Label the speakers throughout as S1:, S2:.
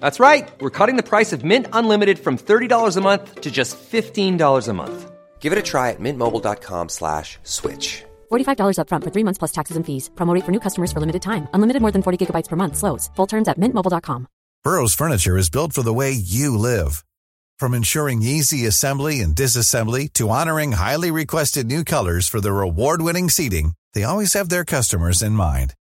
S1: That's right. We're cutting the price of Mint Unlimited from $30 a month to just $15 a month. Give it a try at mintmobile.com slash switch.
S2: $45 upfront for three months plus taxes and fees. Promo rate for new customers for limited time. Unlimited more than 40 gigabytes per month. Slows. Full terms at mintmobile.com.
S3: Burrow's furniture is built for the way you live. From ensuring easy assembly and disassembly to honoring highly requested new colors for their award-winning seating, they always have their customers in mind.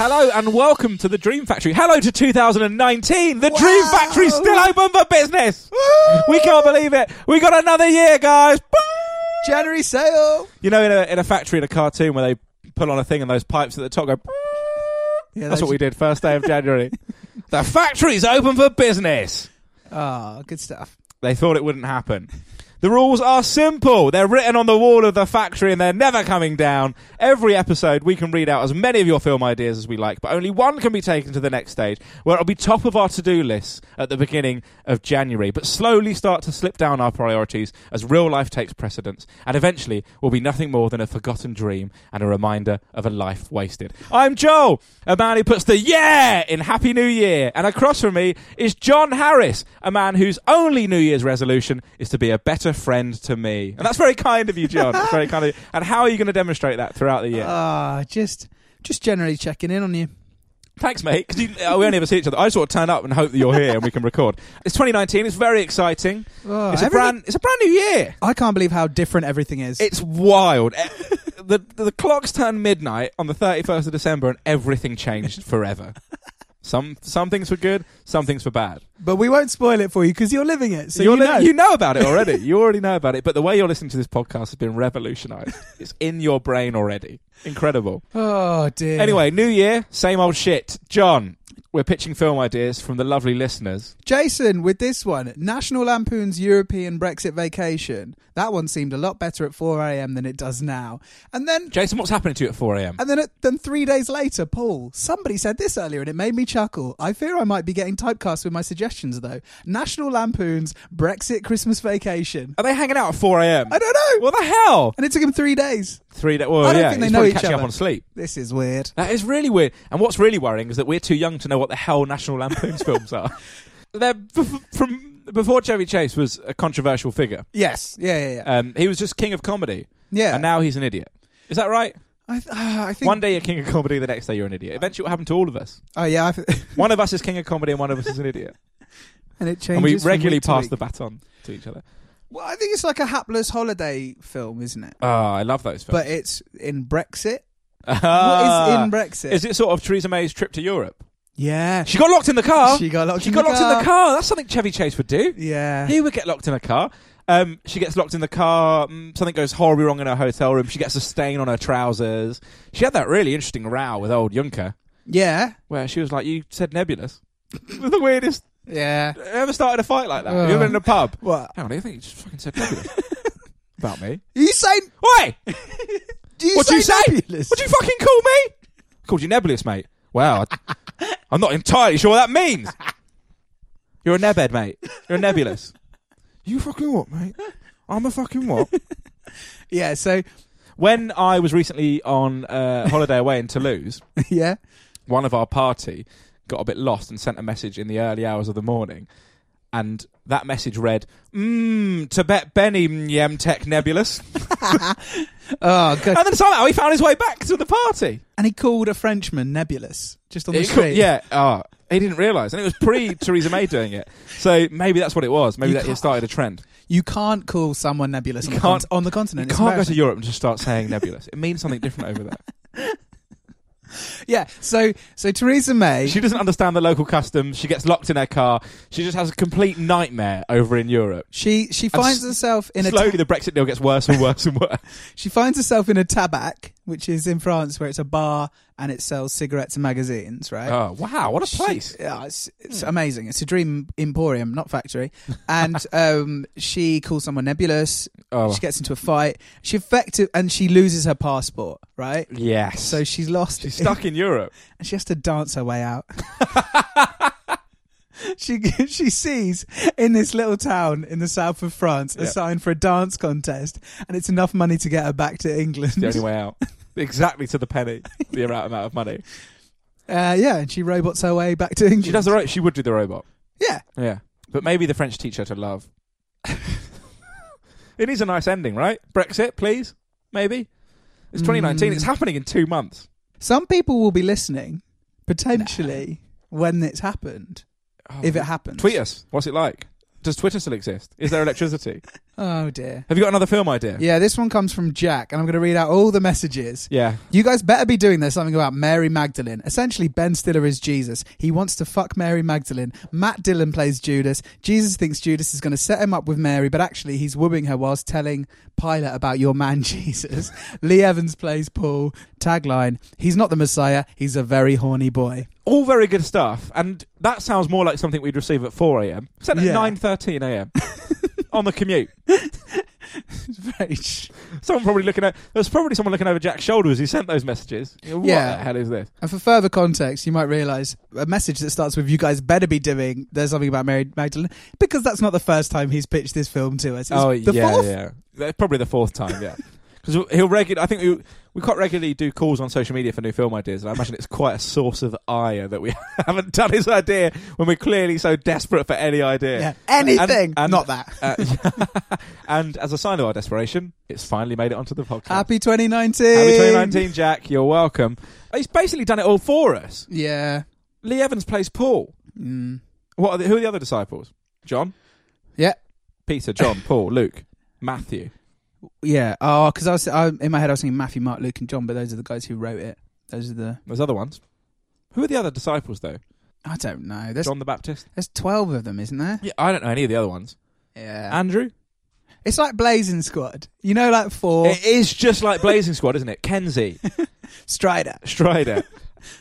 S4: Hello and welcome to the Dream Factory. Hello to 2019. The Dream Factory's still open for business. We can't believe it. We got another year, guys.
S5: January sale.
S4: You know, in a, in a factory in a cartoon where they pull on a thing and those pipes at the top go.
S5: Yeah,
S4: That's what we did first day of January. the factory's open for business.
S5: Ah, good stuff.
S4: They thought it wouldn't happen. The rules are simple. They're written on the wall of the factory and they're never coming down. Every episode, we can read out as many of your film ideas as we like, but only one can be taken to the next stage, where it'll be top of our to do list at the beginning of January, but slowly start to slip down our priorities as real life takes precedence, and eventually will be nothing more than a forgotten dream and a reminder of a life wasted. I'm Joel, a man who puts the yeah in Happy New Year, and across from me is John Harris, a man whose only New Year's resolution is to be a better friend to me. And that's very kind of you, John. That's very kind of you. And how are you going to demonstrate that throughout the year?
S5: Ah, just just generally checking in on you.
S4: Thanks, mate. 'cause you- uh, we only ever see each other. I just sort of turn up and hope that you're here and we can record. It's 2019. It's very exciting.
S5: Oh,
S4: it's a
S5: everything-
S4: brand. It's a brand new year.
S5: I can't believe how different everything is.
S4: It's wild. Eh, the the clocks turned midnight on the 31st of December, and everything changed forever. Some some things were good, some things were bad.
S5: but we won't spoil it for you because you're living it. So
S4: You're
S5: you
S4: li-
S5: know.
S4: you know about it already. you already know about it. But the way you're listening to this podcast has been revolutionised. it's in your brain already. Incredible.
S5: oh dear.
S4: Anyway, new year, same old shit. John, we're pitching film ideas from the lovely listeners.
S5: Jason, with this one, National Lampoon's European Brexit Vacation. That one seemed a lot better at 4 a.m. than it does now. And then,
S4: Jason, what's happening to you at 4 a.m.?
S5: and then, then three days later, Paul. Somebody said this earlier, and it made me chuckle. I fear I might be getting typecast with my suggestions though. National Lampoon's Brexit Christmas Vacation.
S4: Are they hanging out at 4 a.m.?
S5: I don't know.
S4: What the hell?
S5: And it took him three days.
S4: Three days. Well,
S5: I don't
S4: yeah,
S5: think they
S4: he's
S5: know
S4: probably
S5: each
S4: catching up
S5: other.
S4: on sleep.
S5: This is weird.
S4: That is really weird. And what's really worrying is that we're too young to know what the hell National Lampoon's films are. They're b- f- from before Chevy Chase was a controversial figure.
S5: Yes. Yeah, yeah, yeah.
S4: Um, he was just king of comedy,
S5: yeah.
S4: and now he's an idiot. Is that right?
S5: I, th- ah, I think
S4: One day you're king of comedy, the next day you're an idiot. Eventually, it will happen to all of us.
S5: Oh yeah, I th-
S4: One of us is king of comedy, and one of us is an idiot,
S5: and it changes.
S4: and we
S5: from
S4: regularly
S5: week to
S4: pass
S5: week.
S4: the baton to each other.
S5: Well, I think it's like a hapless holiday film, isn't it?
S4: Oh, I love those films.
S5: But it's in Brexit.
S4: Ah.
S5: what is in Brexit?
S4: Is it sort of Theresa May's trip to Europe?
S5: yeah,
S4: She got locked in the car.
S5: She got locked.
S4: She
S5: in
S4: got
S5: the
S4: locked
S5: car.
S4: in the car. That's something Chevy Chase would do.
S5: Yeah.
S4: He would get locked in a car. Um, she gets locked in the car. mm, Something goes horribly wrong in her hotel room. She gets a stain on her trousers. She had that really interesting row with old Juncker
S5: Yeah.
S4: where she was like, "You said nebulous." the weirdest.
S5: Yeah.
S4: Ever started a fight like that? Have you ever
S5: Ugh.
S4: been in a pub?
S5: What?
S4: Hang on, I think you just fucking said nebulous about me.
S5: You say?
S4: Oi!
S5: Do you
S4: What'd
S5: say?
S4: you say?
S5: Nebulous?
S4: What'd you fucking call me? Called you nebulous, mate. Wow, I, I'm not entirely sure what that means. You're a nebed, mate. You're a nebulous. you fucking what, mate? I'm a fucking what?
S5: Yeah. So
S4: when I was recently on uh, holiday away in Toulouse,
S5: yeah.
S4: one of our party got a bit lost and sent a message in the early hours of the morning, and that message read, "Mmm, Tibet Benny Yemtek Nebulous,"
S5: Oh god.
S4: and then somehow he found his way back to the party.
S5: And he called a Frenchman nebulous just on the
S4: It
S5: street.
S4: could- yeah. Oh, He didn't realise, and it was pre Theresa May doing it. So maybe that's what it was. Maybe
S5: You
S4: that it
S5: can't-
S4: started a trend.
S5: You can't call someone nebulous on
S4: You
S5: the, con-
S4: can't-
S5: on the continent.
S4: you
S5: It's
S4: can't go to
S5: embarrassing.
S4: Europe and just start saying nebulous. It means something different over there.
S5: Yeah. So so Theresa May.
S4: She doesn't understand the local customs. She gets locked in her car. She just has a complete nightmare over in Europe.
S5: She she finds
S4: s-
S5: herself in a
S4: Slowly,
S5: ta-
S4: the Brexit deal gets worse and worse and worse.
S5: she finds herself in a tabac, which is in France, where it's a bar and it sells cigarettes and magazines, right?
S4: Oh Hmm. wow, what a
S5: She-
S4: place!
S5: yeah, it's, it's amazing. It's a dream emporium, not factory. And um, she calls someone nebulous.
S4: Oh.
S5: She gets into a fight. She effective and she loses her passport, right?
S4: Yes,
S5: So she's lost.
S4: she's stuck in Europe.
S5: and she has to dance her way out. she she sees in this little town in the south of France a
S4: Yeah.
S5: sign for a dance contest, and it's enough money to get her back to England.
S4: The only way out, exactly to the penny, the amount amount of money.
S5: Uh, yeah, and she robots her way back to England.
S4: She does the right. She would do the robot.
S5: yeah.
S4: Yeah, but maybe the French teach her to love. it is a nice ending, right? Brexit, please. Maybe it's 2019.
S5: Mm.
S4: It's happening in two months.
S5: Some people will be listening potentially when it's happened, if it happens.
S4: Oh, Tweet us. What's it like? Does Twitter still exist? Is there electricity?
S5: Oh dear.
S4: Have you got another film idea?
S5: Yeah, this one comes from Jack, and I'm going to read out all the messages.
S4: Yeah.
S5: You guys better be doing there's something about Mary Magdalene. Essentially, Ben Stiller is Jesus. He wants to fuck Mary Magdalene. Matt Dillon plays Judas. Jesus thinks Judas is going to set him up with Mary, but actually, he's wooing her whilst telling Pilate about your man Jesus. Lee Evans plays Paul. Tagline: He's not the Messiah. He's a very horny boy.
S4: All very good stuff, and that sounds more like something we'd receive at 4 a.m. Send
S5: Yeah.
S4: at 9:13 a.m. on the commute.
S5: It's very sh-
S4: Someone probably looking at. There's probably someone looking over Jack's shoulder as he sent those messages. What
S5: Yeah.
S4: the hell is this?
S5: and for further context, you might realise a message that starts with "You guys better be doing." There's something about Mary Magdalene because that's not the first time he's pitched this film to us. It's the fourth
S4: Oh, yeah. That's Probably the fourth time, yeah. Because he'll regular. I think we, we quite regularly do calls on social media for new film ideas, and I imagine it's quite a source of ire that we haven't done his idea when we're clearly so desperate for any idea.
S5: Yeah. Anything.
S4: And-
S5: Not that.
S4: Uh, and as a sign of our desperation, it's finally made it onto the podcast.
S5: Happy 2019.
S4: Happy 2019, Jack. You're welcome. He's basically done it all for us.
S5: Yeah.
S4: Lee Evans plays Paul.
S5: Mm.
S4: What are the, who are the other disciples? John,
S5: Yeah.
S4: Peter, John, Paul, Luke, Matthew.
S5: Yeah. Oh, because I was I, in my head, I was thinking Matthew, Mark, Luke, and John, but those are the guys who wrote it. Those are the
S4: There's other ones. Who are the other disciples though?
S5: I don't know. There's
S4: John the Baptist.
S5: there's twelve of them, isn't there?
S4: Yeah, I don't know any of the other ones.
S5: Yeah.
S4: Andrew.
S5: it's like Blazing Squad. You know, like four
S4: It is just like Blazing Squad, isn't it? Kenzie,
S5: Strider.
S4: Strider,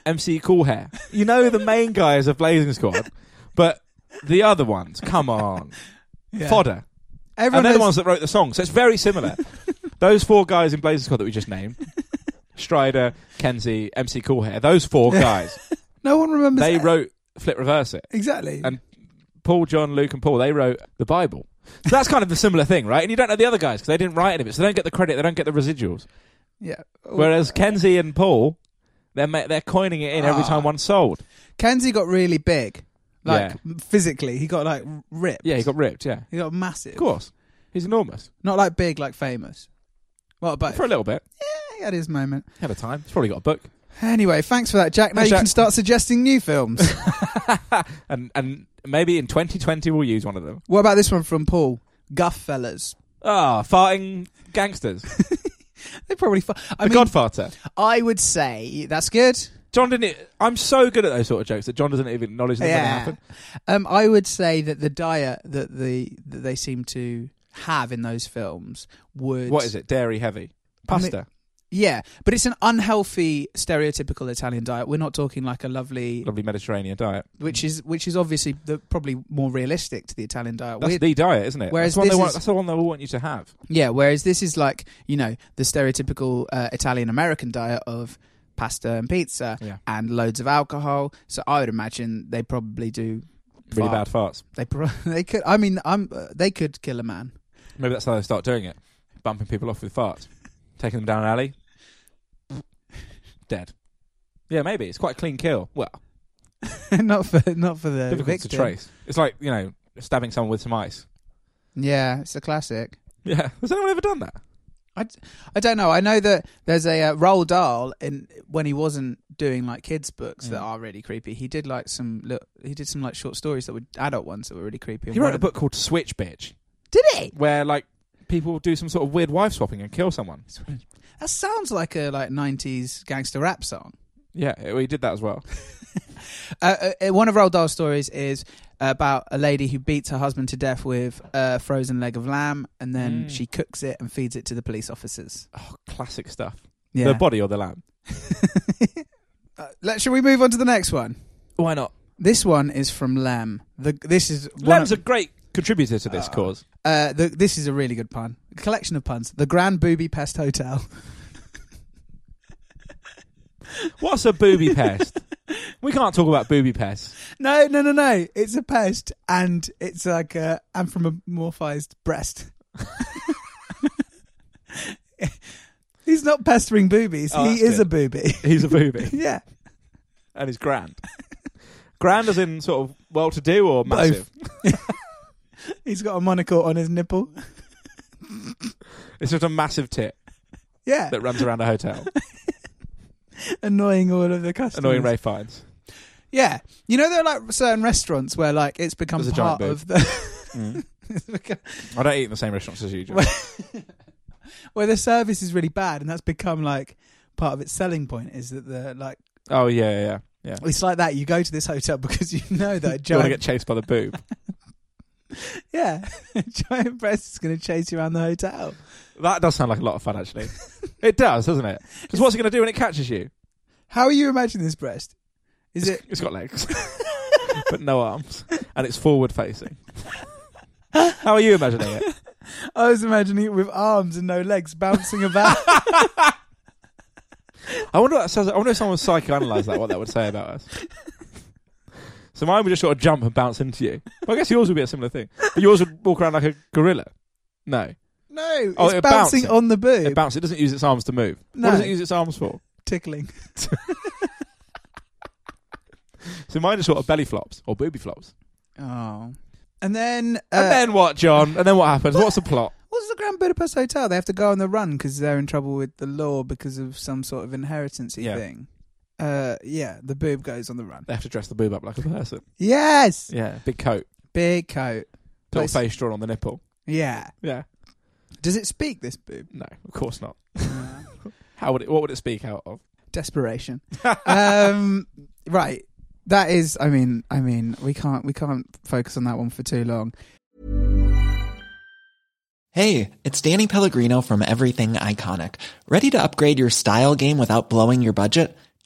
S4: MC Coolhair. You know the main guys of Blazing Squad, but the other ones, come on,
S5: Yeah.
S4: fodder.
S5: Everyone
S4: and they're the
S5: knows-
S4: ones that wrote the song, so it's very similar. those four guys in Blazing Squad that we just named, Strider, Kenzie, MC Coolhair, those four guys,
S5: no one remembers.
S4: they
S5: that.
S4: wrote Flip Reverse It.
S5: exactly.
S4: And Paul, John, Luke, and Paul, they wrote the Bible. So that's kind of a similar thing, right? And you don't know the other guys because they didn't write any of it, so they don't get the credit, they don't get the residuals.
S5: yeah.
S4: Whereas Kenzie and Paul, they're ma- they're coining it in every
S5: uh, Ah.
S4: time one's sold.
S5: Kenzie got really big, like
S4: Yeah.
S5: physically. He got like ripped.
S4: Yeah, he got ripped. Yeah,
S5: he got massive.
S4: of course, he's enormous
S5: Not like big, like famous. Well, but
S4: for a little bit.
S5: yeah, he had his moment.
S4: Had a time. He's probably got a book.
S5: Anyway, thanks for that, Jack. Now
S4: Thanks,
S5: you can
S4: Jack.
S5: start suggesting new films.
S4: and and maybe in 2020 we'll use one of them.
S5: what about this one from Paul? Guff fellas.
S4: Ah, farting gangsters. The
S5: They probably. Fu- I mean,
S4: Godfather.
S5: I would say that's good.
S4: John didn't. e, I'm so good at those sort of jokes that John doesn't even acknowledge that yeah.
S5: Yeah.
S4: happened.
S5: Um, I would say that the diet that the that they seem to have in those films would.
S4: What is it? Dairy heavy
S5: I mean-
S4: pasta.
S5: Yeah, but it's an unhealthy, stereotypical Italian diet. We're not talking like a lovely,
S4: Lovely Mediterranean diet.
S5: which is which is obviously the probably more realistic to the Italian diet.
S4: That's
S5: We're-
S4: the diet, isn't it?
S5: whereas
S4: that's, one they
S5: this
S4: want,
S5: is-
S4: that's the one they all want you to have.
S5: Yeah, whereas this is like, you know, the stereotypical uh, Italian American diet of pasta and pizza
S4: Yeah.
S5: and loads of alcohol. So I would imagine they probably do
S4: Really
S5: fart.
S4: bad farts.
S5: They pro- they could I mean, I'm uh, they could kill a man.
S4: Maybe that's how they start doing it. Bumping people off with farts. Taking them down an alley. Dead. Yeah, maybe. It's quite a clean kill. Well,
S5: not for not for the
S4: difficult
S5: victim.
S4: to trace. It's like, you know, stabbing someone with some ice.
S5: Yeah, it's a classic.
S4: Yeah. Has anyone ever done that?
S5: I, d- I don't know. I know that there's a uh, Roald Dahl in when he wasn't doing like kids books that are really creepy. He did like some li- he did some like short stories that were adult ones that were really creepy.
S4: He
S5: And one
S4: wrote a
S5: of-
S4: book called Switch Bitch,
S5: Did he?
S4: where like people do some sort of weird wife swapping and kill someone.
S5: That sounds like a like 90s gangster rap song.
S4: Yeah, well, he did that as well.
S5: Uh, uh, uh, one of Roald Dahl's stories is about a lady who beats her husband to death with a frozen leg of lamb, and then
S4: Mm.
S5: she cooks it and feeds it to the police officers.
S4: Oh, classic stuff.
S5: Yeah.
S4: The body or the lamb?
S5: Uh, let, shall we move on to the next one?
S4: Why not?
S5: This one is from Lem. The, this is one
S4: Lamb's
S5: of-
S4: a great contributor to this cause.
S5: uh, the, this is a really good pun. A collection of puns. The Grand Booby Pest Hotel.
S4: What's a booby pest? We can't talk about booby pests.
S5: no, no, no, no. It's a pest, and it's like a anthropomorphized breast. He's not pestering boobies.
S4: Oh,
S5: he
S4: that's
S5: is
S4: good.
S5: a booby.
S4: He's a booby
S5: yeah.
S4: and he's grand. Grand as in sort of well to do or massive.
S5: He's got a monocle on his nipple.
S4: It's just a massive tit
S5: Yeah.
S4: that runs around a hotel,
S5: Annoying all of the customers.
S4: annoying Ray Fiennes.
S5: Yeah. You know, there are like certain restaurants where like it's become
S4: There's a giant Mm. boob.
S5: part of the. It's become-
S4: I don't eat in the same restaurants as you. John.
S5: where the service is really bad, and that's become like part of its selling point is that the like
S4: oh yeah, yeah, yeah. yeah.
S5: it's like that. You go to this hotel because you know that a
S4: Do you want to
S5: giant
S4: get chased by the boob?
S5: Yeah, giant breast is going to chase you around the hotel.
S4: That does sound like a lot of fun, actually. It does, doesn't it? Because what's it going to do when it catches you?
S5: How are you imagining this breast? Is it?
S4: It's got legs, but no arms, and it's forward facing. How are you imagining it?
S5: I was imagining it with arms and no legs bouncing about.
S4: I wonder what that says. I wonder if someone psychoanalyzed that. What that would say about us. So mine would just sort of jump and bounce into you. But I guess yours would be a similar thing. But yours would walk around like a gorilla. No,
S5: no,
S4: Oh,
S5: it's
S4: it
S5: bouncing
S4: bouncing.
S5: on the boob,
S4: it bounces. It doesn't use its arms to move.
S5: No.
S4: What does it use its arms for?
S5: tickling.
S4: So mine just sort of belly flops or booby flops.
S5: Oh, and then uh,
S4: and then what, John? And then what happens? What's the plot?
S5: what's the Grand Budapest Hotel? They have to go on the run because they're in trouble with the law because of some sort of inheritancy
S4: Yeah.
S5: thing. Uh, yeah, the boob goes on the run.
S4: They have to dress the boob up like a person.
S5: Yes,
S4: Yeah, big coat,
S5: big coat.
S4: little
S5: Nice.
S4: face drawn on the nipple.
S5: Yeah,
S4: Yeah,
S5: does it speak this boob?
S4: no, of course not. How would it? What would it speak out of?
S5: desperation. um, right. That is. I mean. I mean. We can't. We can't focus on that one for too long.
S6: Hey, it's Danny Pellegrino from Everything Iconic. Ready to upgrade your style game without blowing your budget?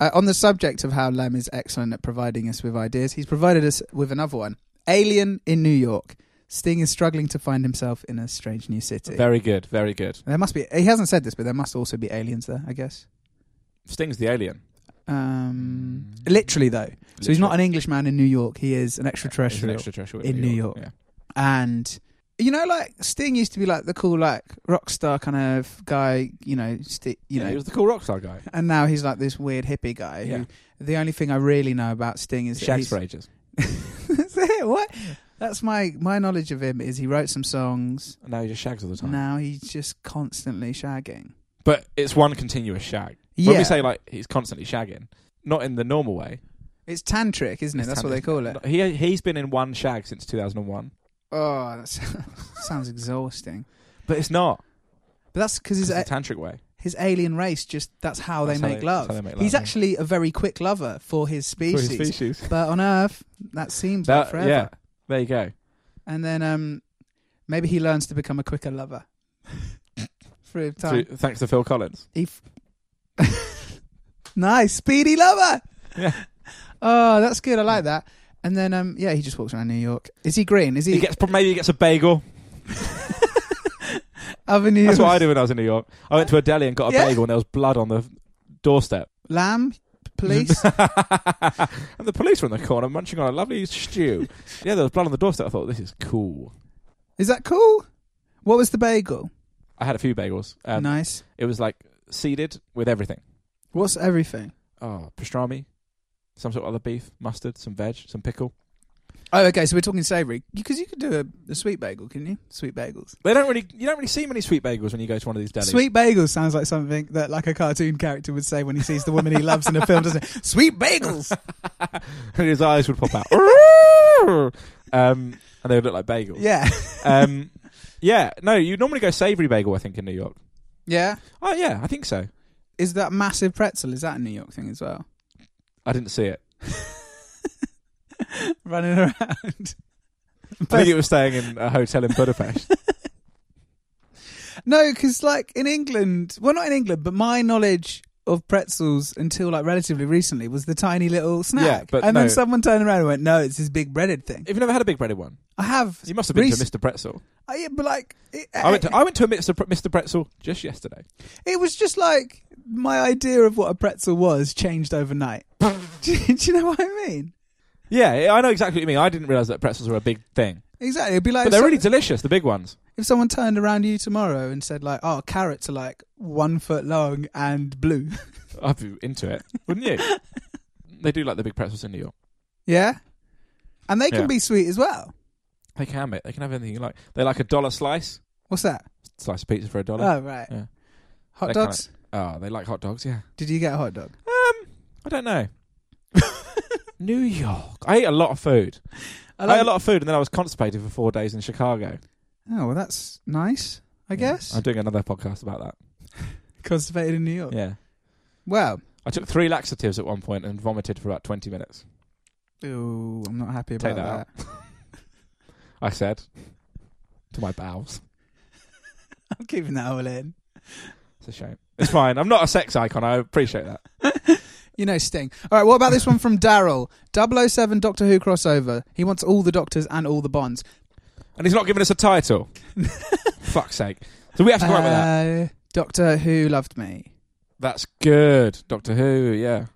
S5: Uh, on the subject of how Lem is excellent at providing us with ideas, he's provided us with another one. Alien in New York. Sting is struggling to find himself in a strange new city.
S4: Very good, very good.
S5: there must be. He hasn't said this, but there must also be aliens there. I guess.
S4: Sting's the alien.
S5: Um, literally though, so he's not an Englishman in New York. He is an
S4: Mm. He's an
S5: extraterrestrial.
S4: extraterrestrial
S5: in New York.
S4: Yeah.
S5: and you know, like Sting used to be like the cool, like rock star kind of guy. You know, sti- you
S4: Yeah,
S5: know,
S4: he was the cool rock star guy.
S5: and now he's like this weird hippie guy.
S4: Yeah.
S5: Who, the only thing I really know about Sting is that
S4: Shags
S5: he's,
S4: for ages.
S5: That's it. What? That's my my knowledge of him is he wrote some songs.
S4: And now he just shags all the time.
S5: Now he's just constantly shagging.
S4: But it's one continuous shag. When
S5: Yeah.
S4: we say like he's constantly shagging, not in the normal way.
S5: It's tantric, isn't it?
S4: It's
S5: That's what
S4: tantric.
S5: they call it.
S4: He he's been in one shag since 2001,
S5: Oh, that sounds exhausting.
S4: but it's not.
S5: But that's because
S4: It's
S5: his
S4: a
S5: a-
S4: tantric way.
S5: his alien race just that's how
S4: That's
S5: they
S4: how
S5: make
S4: they-
S5: love.
S4: that's how they make
S5: He's
S4: love, yeah.
S5: actually a very quick lover for his species.
S4: For his species.
S5: But on Earth, that seems like
S4: That,
S5: forever.
S4: yeah. There you go.
S5: And then um, maybe he learns to become a quicker lover through time.
S4: Through- thanks to Phil Collins.
S5: He f- nice, speedy lover.
S4: Yeah.
S5: Oh, that's good. I like that. And then, um, yeah, he just walks around New York. Is he green? Is he,
S4: He gets maybe he gets a bagel.
S5: other New
S4: That's
S5: York?
S4: what I did when I was in New York. I went to a deli and got a
S5: Yeah.
S4: bagel, and there was blood on the doorstep.
S5: Lamb, police.
S4: and the police were in the corner munching on a lovely stew. yeah, there was blood on the doorstep. I thought this is cool.
S5: Is that cool? What was the bagel?
S4: I had a few bagels. Um,
S5: nice.
S4: It was like seeded with everything.
S5: What's everything?
S4: Oh, pastrami, some sort of other beef, mustard, some veg, some pickle.
S5: Oh, okay. So we're talking savoury because you could do a, a sweet bagel, couldn't you? Sweet bagels.
S4: They don't really, you don't really see many sweet bagels when you go to one of these delis.
S5: Sweet bagels sounds like something that like a cartoon character would say when he sees the woman he loves in a film, doesn't it? Sweet bagels.
S4: and his eyes would pop out, um, and they would look like bagels.
S5: Yeah.
S4: Um, yeah. No, you normally go savoury bagel. I think in New York.
S5: Yeah.
S4: Oh yeah, I think so.
S5: Is that massive pretzel? Is that a New York thing as well?
S4: I didn't see it.
S5: Running around.
S4: I think it was staying in a hotel in Budapest.
S5: No, because like in England, well, not in England, but my knowledge of pretzels until like relatively recently was the tiny little snack.
S4: Yeah, but
S5: and
S4: no.
S5: then someone turned around and went, "No, it's this big breaded thing."
S4: If you never had a big breaded one,
S5: I have.
S4: you must have been
S5: rec-
S4: to Mr. Pretzel.
S5: Oh, yeah, but like, it,
S4: I went to I went to a Mr. Pre- Mr. Pretzel just yesterday.
S5: it was just like my idea of what a pretzel was changed overnight. do, you- do you know what I mean?
S4: Yeah, I know exactly what you mean. I didn't realize that pretzels were a big thing,
S5: Exactly. It'd be like
S4: but
S5: if,
S4: they're
S5: some-
S4: really delicious. The big ones.
S5: if someone turned around to you tomorrow and said like, "Oh, carrots are like one foot long and blue."
S4: I'd be into it, wouldn't you? they do like the big pretzels in New York.
S5: yeah, and they can
S4: Yeah.
S5: be sweet as well.
S4: They can mate. They can have anything you like. They like a dollar slice,
S5: What's that?
S4: slice of pizza for a dollar.
S5: Oh right.
S4: Yeah.
S5: Hot
S4: They kinda-
S5: dogs.
S4: Oh, they like hot dogs. Yeah.
S5: Did you get a hot dog?
S4: Um, I don't know. New York. I ate a lot of food. I, ate a lot of food, and then I was constipated for four days in Chicago.
S5: Um, Oh, well, that's nice, I guess. Oh.
S4: I'm doing another podcast about that.
S5: Constipated in New York.
S4: Yeah.
S5: Well,
S4: I took three laxatives at one point and vomited for about 20 minutes.
S5: ooh, I'm not happy
S4: Take
S5: about
S4: that
S5: that.
S4: I said to my bowels.
S5: I'm keeping that all in.
S4: It's a shame. It's fine. I'm not a sex icon. I appreciate that.
S5: You know Sting. All right, what about this one from Daryl? 007 Doctor Who crossover. He wants all the Doctors and all the Bonds.
S4: And he's not giving us a title. Fuck's sake. So we have to come up with that.
S5: Uh, Doctor Who loved me.
S4: That's good. Doctor Who, yeah.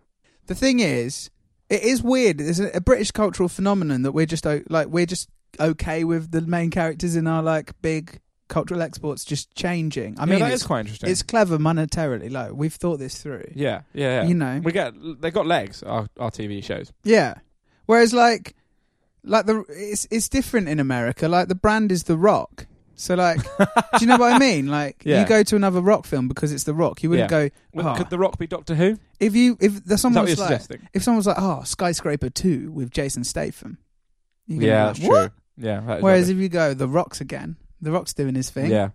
S5: The thing is, it is weird. There's a, a British cultural phenomenon that we're just o- like we're just okay with the main characters in our like big cultural exports just changing. I
S4: Yeah,
S5: mean,
S4: that
S5: it's
S4: is quite interesting.
S5: It's clever monetarily. Like we've thought this through.
S4: yeah, yeah, yeah.
S5: You know.
S4: we get they got legs. Our, our TV shows.
S5: Yeah. Whereas like, like the it's it's different in America. Like the brand is The Rock. So like, do you know what I mean? Like
S4: Yeah.
S5: you go to another rock film because it's The Rock. You wouldn't
S4: Yeah.
S5: go. "Oh."
S4: Could The Rock be Doctor Who?
S5: if you if there's someone
S4: you're
S5: was like
S4: suggesting?
S5: if someone was like oh Skyscraper Two with Jason Statham. you're gonna be
S4: Yeah,
S5: like,
S4: that's true.
S5: "What?"
S4: Yeah. That is
S5: Whereas
S4: rubbish.
S5: if you go The Rock's again, The Rock's doing his thing.
S4: yeah,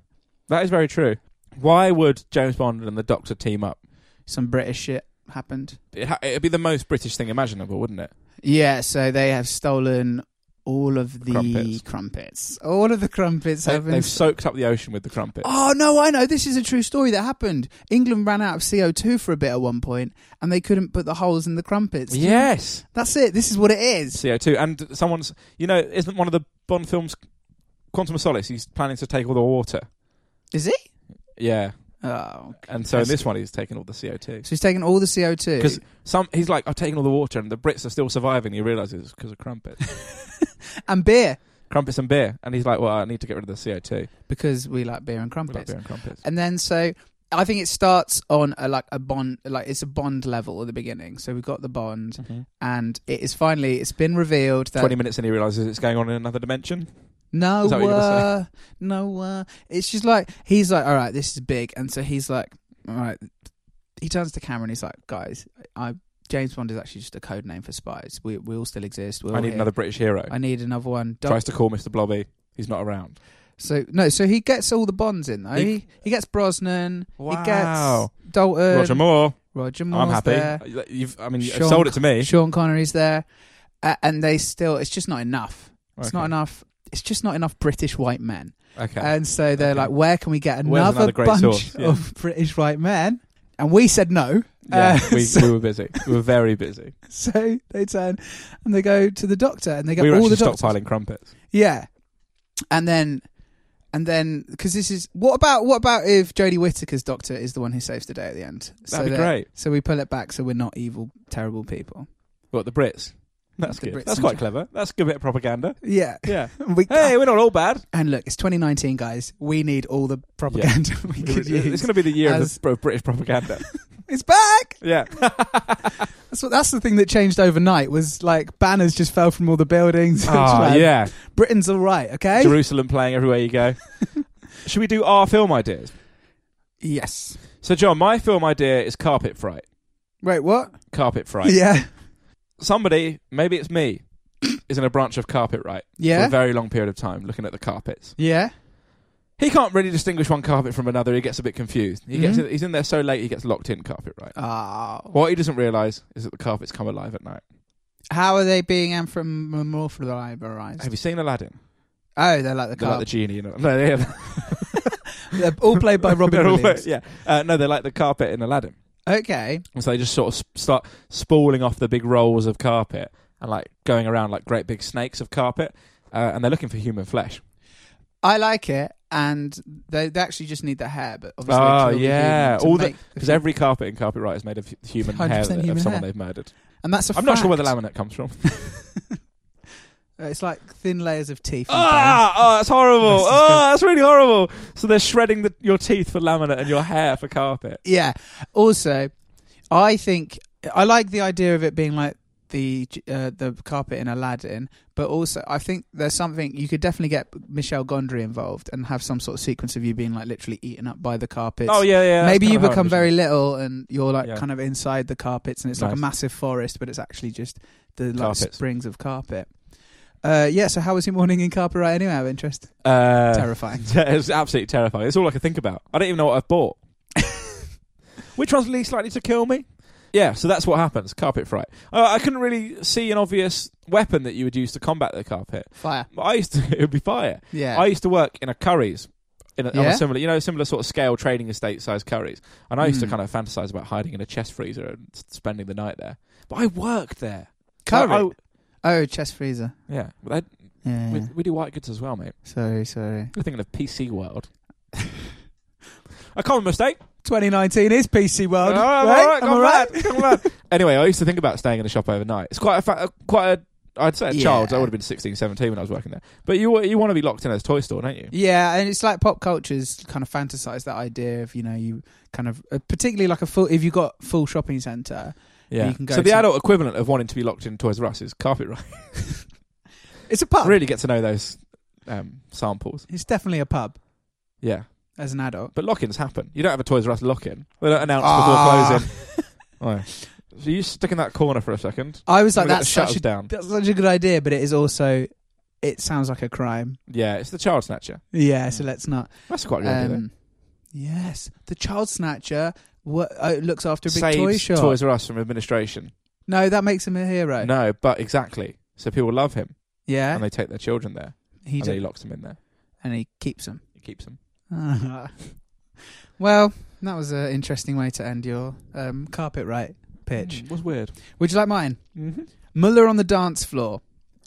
S4: that is very true. Why would James Bond and the Doctor team up?
S5: Some British shit happened.
S4: It ha- it'd be the most British thing imaginable, wouldn't it?
S5: Yeah, so they have stolen all of the
S4: Crumpets.
S5: crumpets. All of the crumpets
S4: They,
S5: have been.
S4: they've soaked up the ocean with the crumpet.
S5: oh no, I know. This is a true story that happened. England ran out of CO two for a bit at one point, and they couldn't put the holes in the crumpets.
S4: yes,
S5: that's it. This is what it is.
S4: CO two and someone's. You know, isn't one of the Bond films, Quantum of Solace? He's planning to take all the water.
S5: Is he?
S4: Yeah,
S5: Oh,
S4: and so in
S5: That's-
S4: this one, he's taking all the CO two
S5: so he's taking all the CO two.
S4: because some he's like, I've taken all the water, and the Brits are still surviving. He realizes it's because of crumpets
S5: and beer.
S4: crumpets and beer. And he's like, well, I need to get rid of the CO2.
S5: because we like beer and crumpets.
S4: We like beer and crumpets.
S5: And then so I think it starts on a, like a bond, like it's a bond level at the beginning. So we've got the bond, and it is finally it's been revealed that
S4: 20 minutes and he realizes it's going on in another dimension.
S5: no,
S4: Is that what you were
S5: uh, no, uh, it's just like he's like, all right, this is big, and so he's like, all right, he turns to camera and he's like, guys, I James Bond is actually just a code name for spies. We we all still exist. We're
S4: I
S5: all
S4: need
S5: here.
S4: another British hero.
S5: I need another one. Doc-
S4: Tries to call Mr. Blobby. He's not around.
S5: So no, so he gets all the bonds in though.
S4: He-
S5: He, he gets Brosnan. He
S4: Wow.
S5: gets Dalton.
S4: Roger Moore.
S5: Roger
S4: I'm
S5: Moore's
S4: happy.
S5: there.
S4: You've, I mean, you've
S5: Sean-
S4: sold it to me.
S5: Sean Connery's there, uh, and they still. It's just not enough. It's
S4: Okay.
S5: not enough. It's just not enough British white men.
S4: Okay.
S5: And so they're
S4: Okay.
S5: like, where can we get
S4: Where's
S5: another,
S4: another great
S5: bunch
S4: source? Yeah.
S5: of British white men? And we said no.
S4: yeah,
S5: Uh,
S4: we,
S5: so,
S4: we were busy. We were very busy.
S5: so they turn and they go to the doctor and they get
S4: We were
S5: all
S4: actually
S5: the doctors.
S4: stockpiling crumpets.
S5: Yeah, and then, and then because this is what about what about if Jodie Whittaker's doctor is the one who saves the day at the end? That'd
S4: be great.
S5: So we pull it back, so we're not evil, terrible people.
S4: What, the Brits? That's
S5: The
S4: good.
S5: Brits
S4: That's
S5: and
S4: quite
S5: Jack.
S4: clever. That's a good bit of propaganda.
S5: Yeah.
S4: Yeah.
S5: We,
S4: hey, we're not all bad.
S5: and look, it's 2019, guys. We need all the propaganda we could
S4: It's
S5: use.
S4: going to be the year
S5: as-
S4: of the of British propaganda.
S5: It's back.
S4: yeah.
S5: That's what. That's the thing that changed overnight. Was like banners just fell from all the buildings. It was
S4: Ah,
S5: like,
S4: yeah.
S5: Britain's all right. Okay.
S4: Jerusalem playing everywhere you go. Should we do our film ideas?
S5: yes.
S4: So, John, my film idea is Carpet Fright.
S5: Wait, what?
S4: Carpet Fright.
S5: Yeah.
S4: Somebody, maybe it's me, is in a branch of carpet right for
S5: Yeah.
S4: a very long period of time looking at the carpets.
S5: Yeah.
S4: He can't really distinguish one carpet from another. He gets a bit confused. He gets
S5: Mhm.
S4: he's in there so late he gets locked in carpet right.
S5: Oh.
S4: What he doesn't realise is that the carpets come alive at night.
S5: How are they being anthropomorphized?
S4: Have you seen Aladdin?
S5: Oh, they're like the
S4: They're
S5: car.
S4: like the genie. You know? No, they have.
S5: they're all played by Robin
S4: They're all-
S5: Williams.
S4: yeah. Uh, no, they're like the carpet in Aladdin.
S5: Okay.
S4: And so they just sort of sp- start spooling off the big rolls of carpet and like going around like great big snakes of carpet. Uh, and they're looking for human flesh.
S5: I like it, and they, they actually just need the hair, but obviously
S4: Oh,
S5: they kill
S4: yeah.
S5: the
S4: All the-
S5: all the, human to make
S4: Because every carpet in Carpet Right is made of hu- human hair
S5: 100%
S4: that-
S5: human
S4: of someone
S5: hair.
S4: they've murdered.
S5: and that's a
S4: I'm not sure where the
S5: fact.
S4: laminate comes from.
S5: Uh, It's like thin layers of teeth. and
S4: ah, oh, that's horrible.
S5: That's
S4: oh, that's really horrible. So they're shredding the, your teeth for laminate and your hair for carpet.
S5: bones. Yeah. Also, I think I like the idea of it being like the uh, the carpet in Aladdin, but also I think there's something you could definitely get Michelle Gondry involved and have some sort of sequence of you being like literally eaten up by the carpets.
S4: oh, yeah, yeah. that's
S5: Maybe
S4: kind
S5: you
S4: of how I
S5: become
S4: envision it.
S5: very little and you're like
S4: Yeah.
S5: kind of inside the carpets and it's like a
S4: Nice.
S5: massive forest, but it's actually just the like
S4: Carpets.
S5: springs of carpet. Uh, yeah, so how was your morning in carpet right anyway out of interest?
S4: Uh,
S5: Terrifying.
S4: it's absolutely terrifying. It's all I can think about. I don't even know what I've bought. Which one's least likely to kill me? Yeah, so that's what happens. Carpet fright. Uh, I couldn't really see an obvious weapon that you would use to combat the carpet.
S5: Fire.
S4: But I used to. It would be fire.
S5: Yeah.
S4: I used to work in a Curry's, in a, on
S5: Yeah?
S4: a similar, you know, similar sort of scale trading estate size Curry's, and I used to
S5: Mm.
S4: kind of fantasize about hiding in a chest freezer and s- spending the night there. But I worked there.
S5: Curry?
S4: I- I-
S5: oh, chest freezer.
S4: yeah, but they-
S5: Yeah.
S4: we, we do white goods as well, mate.
S5: sorry, sorry.
S4: We're thinking of PC world. a common mistake.
S5: 2019 is PC world.
S4: Oh, I'm alright,
S5: right? Am
S4: I'm
S5: I right?
S4: alright, I'm alright. anyway, I used to think about staying in a shop overnight. It's quite a fa- uh, quite a I'd say a
S5: Yeah.
S4: child. I would have been 16, 17 when I was working there. But you you want to be locked in as a toy store, don't you?
S5: Yeah, and it's like pop culture's kind of fantasized that idea of you know you kind of uh, particularly like a full if you have got full shopping center.
S4: Yeah.
S5: You can go
S4: so the
S5: to-
S4: adult equivalent of wanting to be locked in Toys R Us is Carpet Ride.
S5: It's a pub.
S4: really get to know those um, samples.
S5: It's definitely a pub
S4: Yeah.
S5: as an adult.
S4: But lock-ins happen. You don't have a Toys R Us lock-in. They don't announce
S5: Ah.
S4: before closing. oh. So you stick in that corner for a second.
S5: I was like,
S4: Somebody got to
S5: that's
S4: shut
S5: such
S4: us
S5: a,
S4: down.
S5: that's such a good idea, but it is also it sounds like a crime.
S4: Yeah, it's the child snatcher.
S5: Yeah, so let's not.
S4: That's quite a good idea. though.
S5: Um, yes, the child snatcher wo- oh, looks after a big
S4: Saves
S5: toy shop.
S4: Toys R Us from administration.
S5: no, that makes him a hero.
S4: No, but exactly. So people love him,
S5: yeah,
S4: and they take their children there,
S5: he
S4: and
S5: do-
S4: then he locks them in there.
S5: and he keeps them.
S4: He keeps them.
S5: well, that was an interesting way to end your um, carpet right pitch.
S4: Mm, was weird.
S5: Would you like mine?
S4: Mm-hmm.
S5: Muller on the dance floor.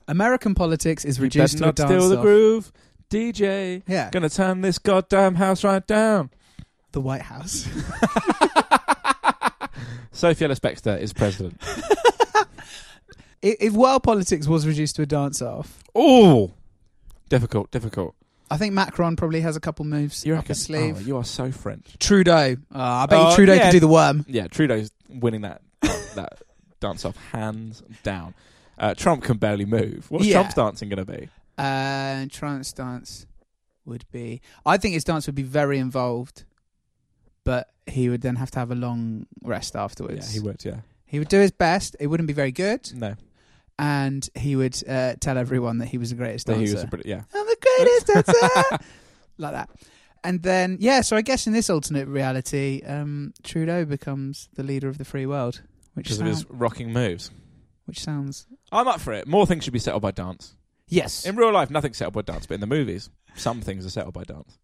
S5: American politics is reduced to a
S4: not
S5: dance
S4: steal the
S5: off.
S4: groove, DJ.
S5: Yeah,
S4: Gonna turn this goddamn house right down.
S5: the White House.
S4: Sophie Ellis Bextor is president.
S5: I- if world politics was reduced to a dance off,
S4: oh, Difficult, difficult.
S5: I think Macron probably has a couple moves
S4: You
S5: up
S4: reckon?
S5: his sleeve.
S4: Oh, you are so French.
S5: Trudeau. Oh, I bet
S4: Oh,
S5: you Trudeau
S4: yeah.
S5: could do the worm.
S4: Yeah, Trudeau's winning that that dance off hands down. Uh, Trump can barely move. What's
S5: Yeah.
S4: Trump's dancing going to be?
S5: Uh, Trump's dance would be. I think his dance would be very involved, but he would then have to have a long rest afterwards.
S4: Yeah, he would. Yeah,
S5: He would do his best. It wouldn't be very good,
S4: no,
S5: and he would uh, tell everyone that he was the greatest
S4: he
S5: dancer.
S4: was a Brit- yeah.
S5: I'm the greatest dancer, like that. And then, yeah. So I guess in this alternate reality, um, Trudeau becomes the leader of the free world, which
S4: because of
S5: sound,
S4: his rocking moves.
S5: which sounds
S4: I'm up for it. More things should be settled by dance.
S5: yes.
S4: In real life, nothing's settled by dance, but in the movies, some things are settled by dance.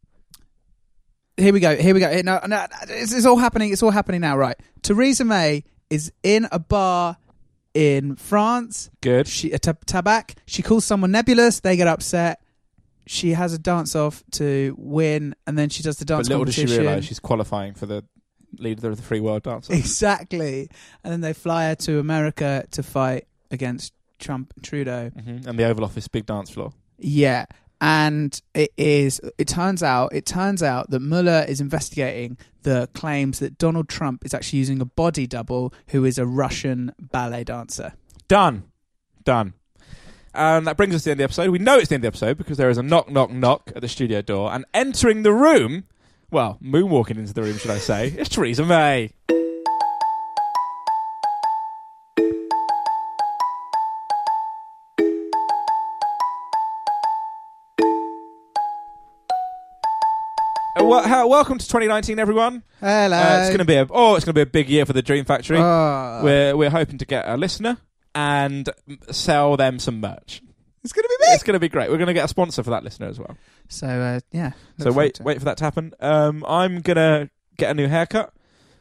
S5: Here we go. Here we go. Here- No, no, it's, it's all happening. It's all happening now, right? Theresa May is in a bar in France.
S4: Good.
S5: She a tab- tabac. She calls someone nebulous. They get upset. She has a dance off to win, and then she does the
S4: But
S5: dance
S4: little does she
S5: competition.
S4: realise she's qualifying for the leader of the free world dance. off.
S5: exactly, and then they fly her to America to fight against Trump and Trudeau.
S4: Mhm. And the Oval Office big dance floor.
S5: Yeah. And it is. It turns out. It turns out that Mueller is investigating the claims that Donald Trump is actually using a body double who is a Russian ballet dancer.
S4: Done. Done. And that brings us to the end of the episode. We know it's the end of the episode because there is a knock, knock, knock at the studio door. And entering the room, well, moonwalking into the room, should I say, is Theresa May. Uh, Well, how, welcome to 2019, everyone.
S5: Hello.
S4: Uh, it's going to be a oh, it's going to be a big year for the Dream Factory.
S5: Oh.
S4: We're we're hoping to get a listener and sell them some merch.
S5: it's going to be
S4: It's
S5: big.
S4: going to be great. We're going to get a sponsor for that listener as well.
S5: So uh, yeah. look
S4: so
S5: forward
S4: wait
S5: to it.
S4: wait for that to happen. Um, I'm going to get a new haircut.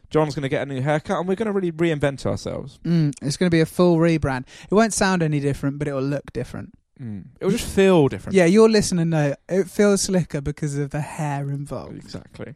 S4: John's going to get a new haircut, and we're going to really reinvent ourselves.
S5: Mm, it's going to be a full rebrand. It won't sound any different, but it will look different.
S4: Mm. It will just feel different.
S5: Yeah, you'll listen and know. It feels slicker because of the hair involved.
S4: exactly.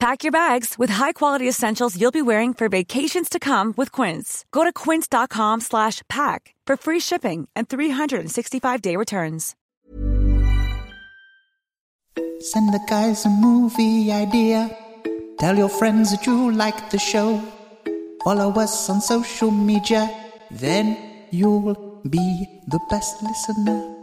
S7: Pack your bags with high-quality essentials you'll be wearing for vacations to come with Quince. Go to quince.com slash pack for free shipping and 365-day returns.
S8: Send the guys a movie idea. Tell your friends that you like the show. Follow us on social media. Then you'll be the best listener.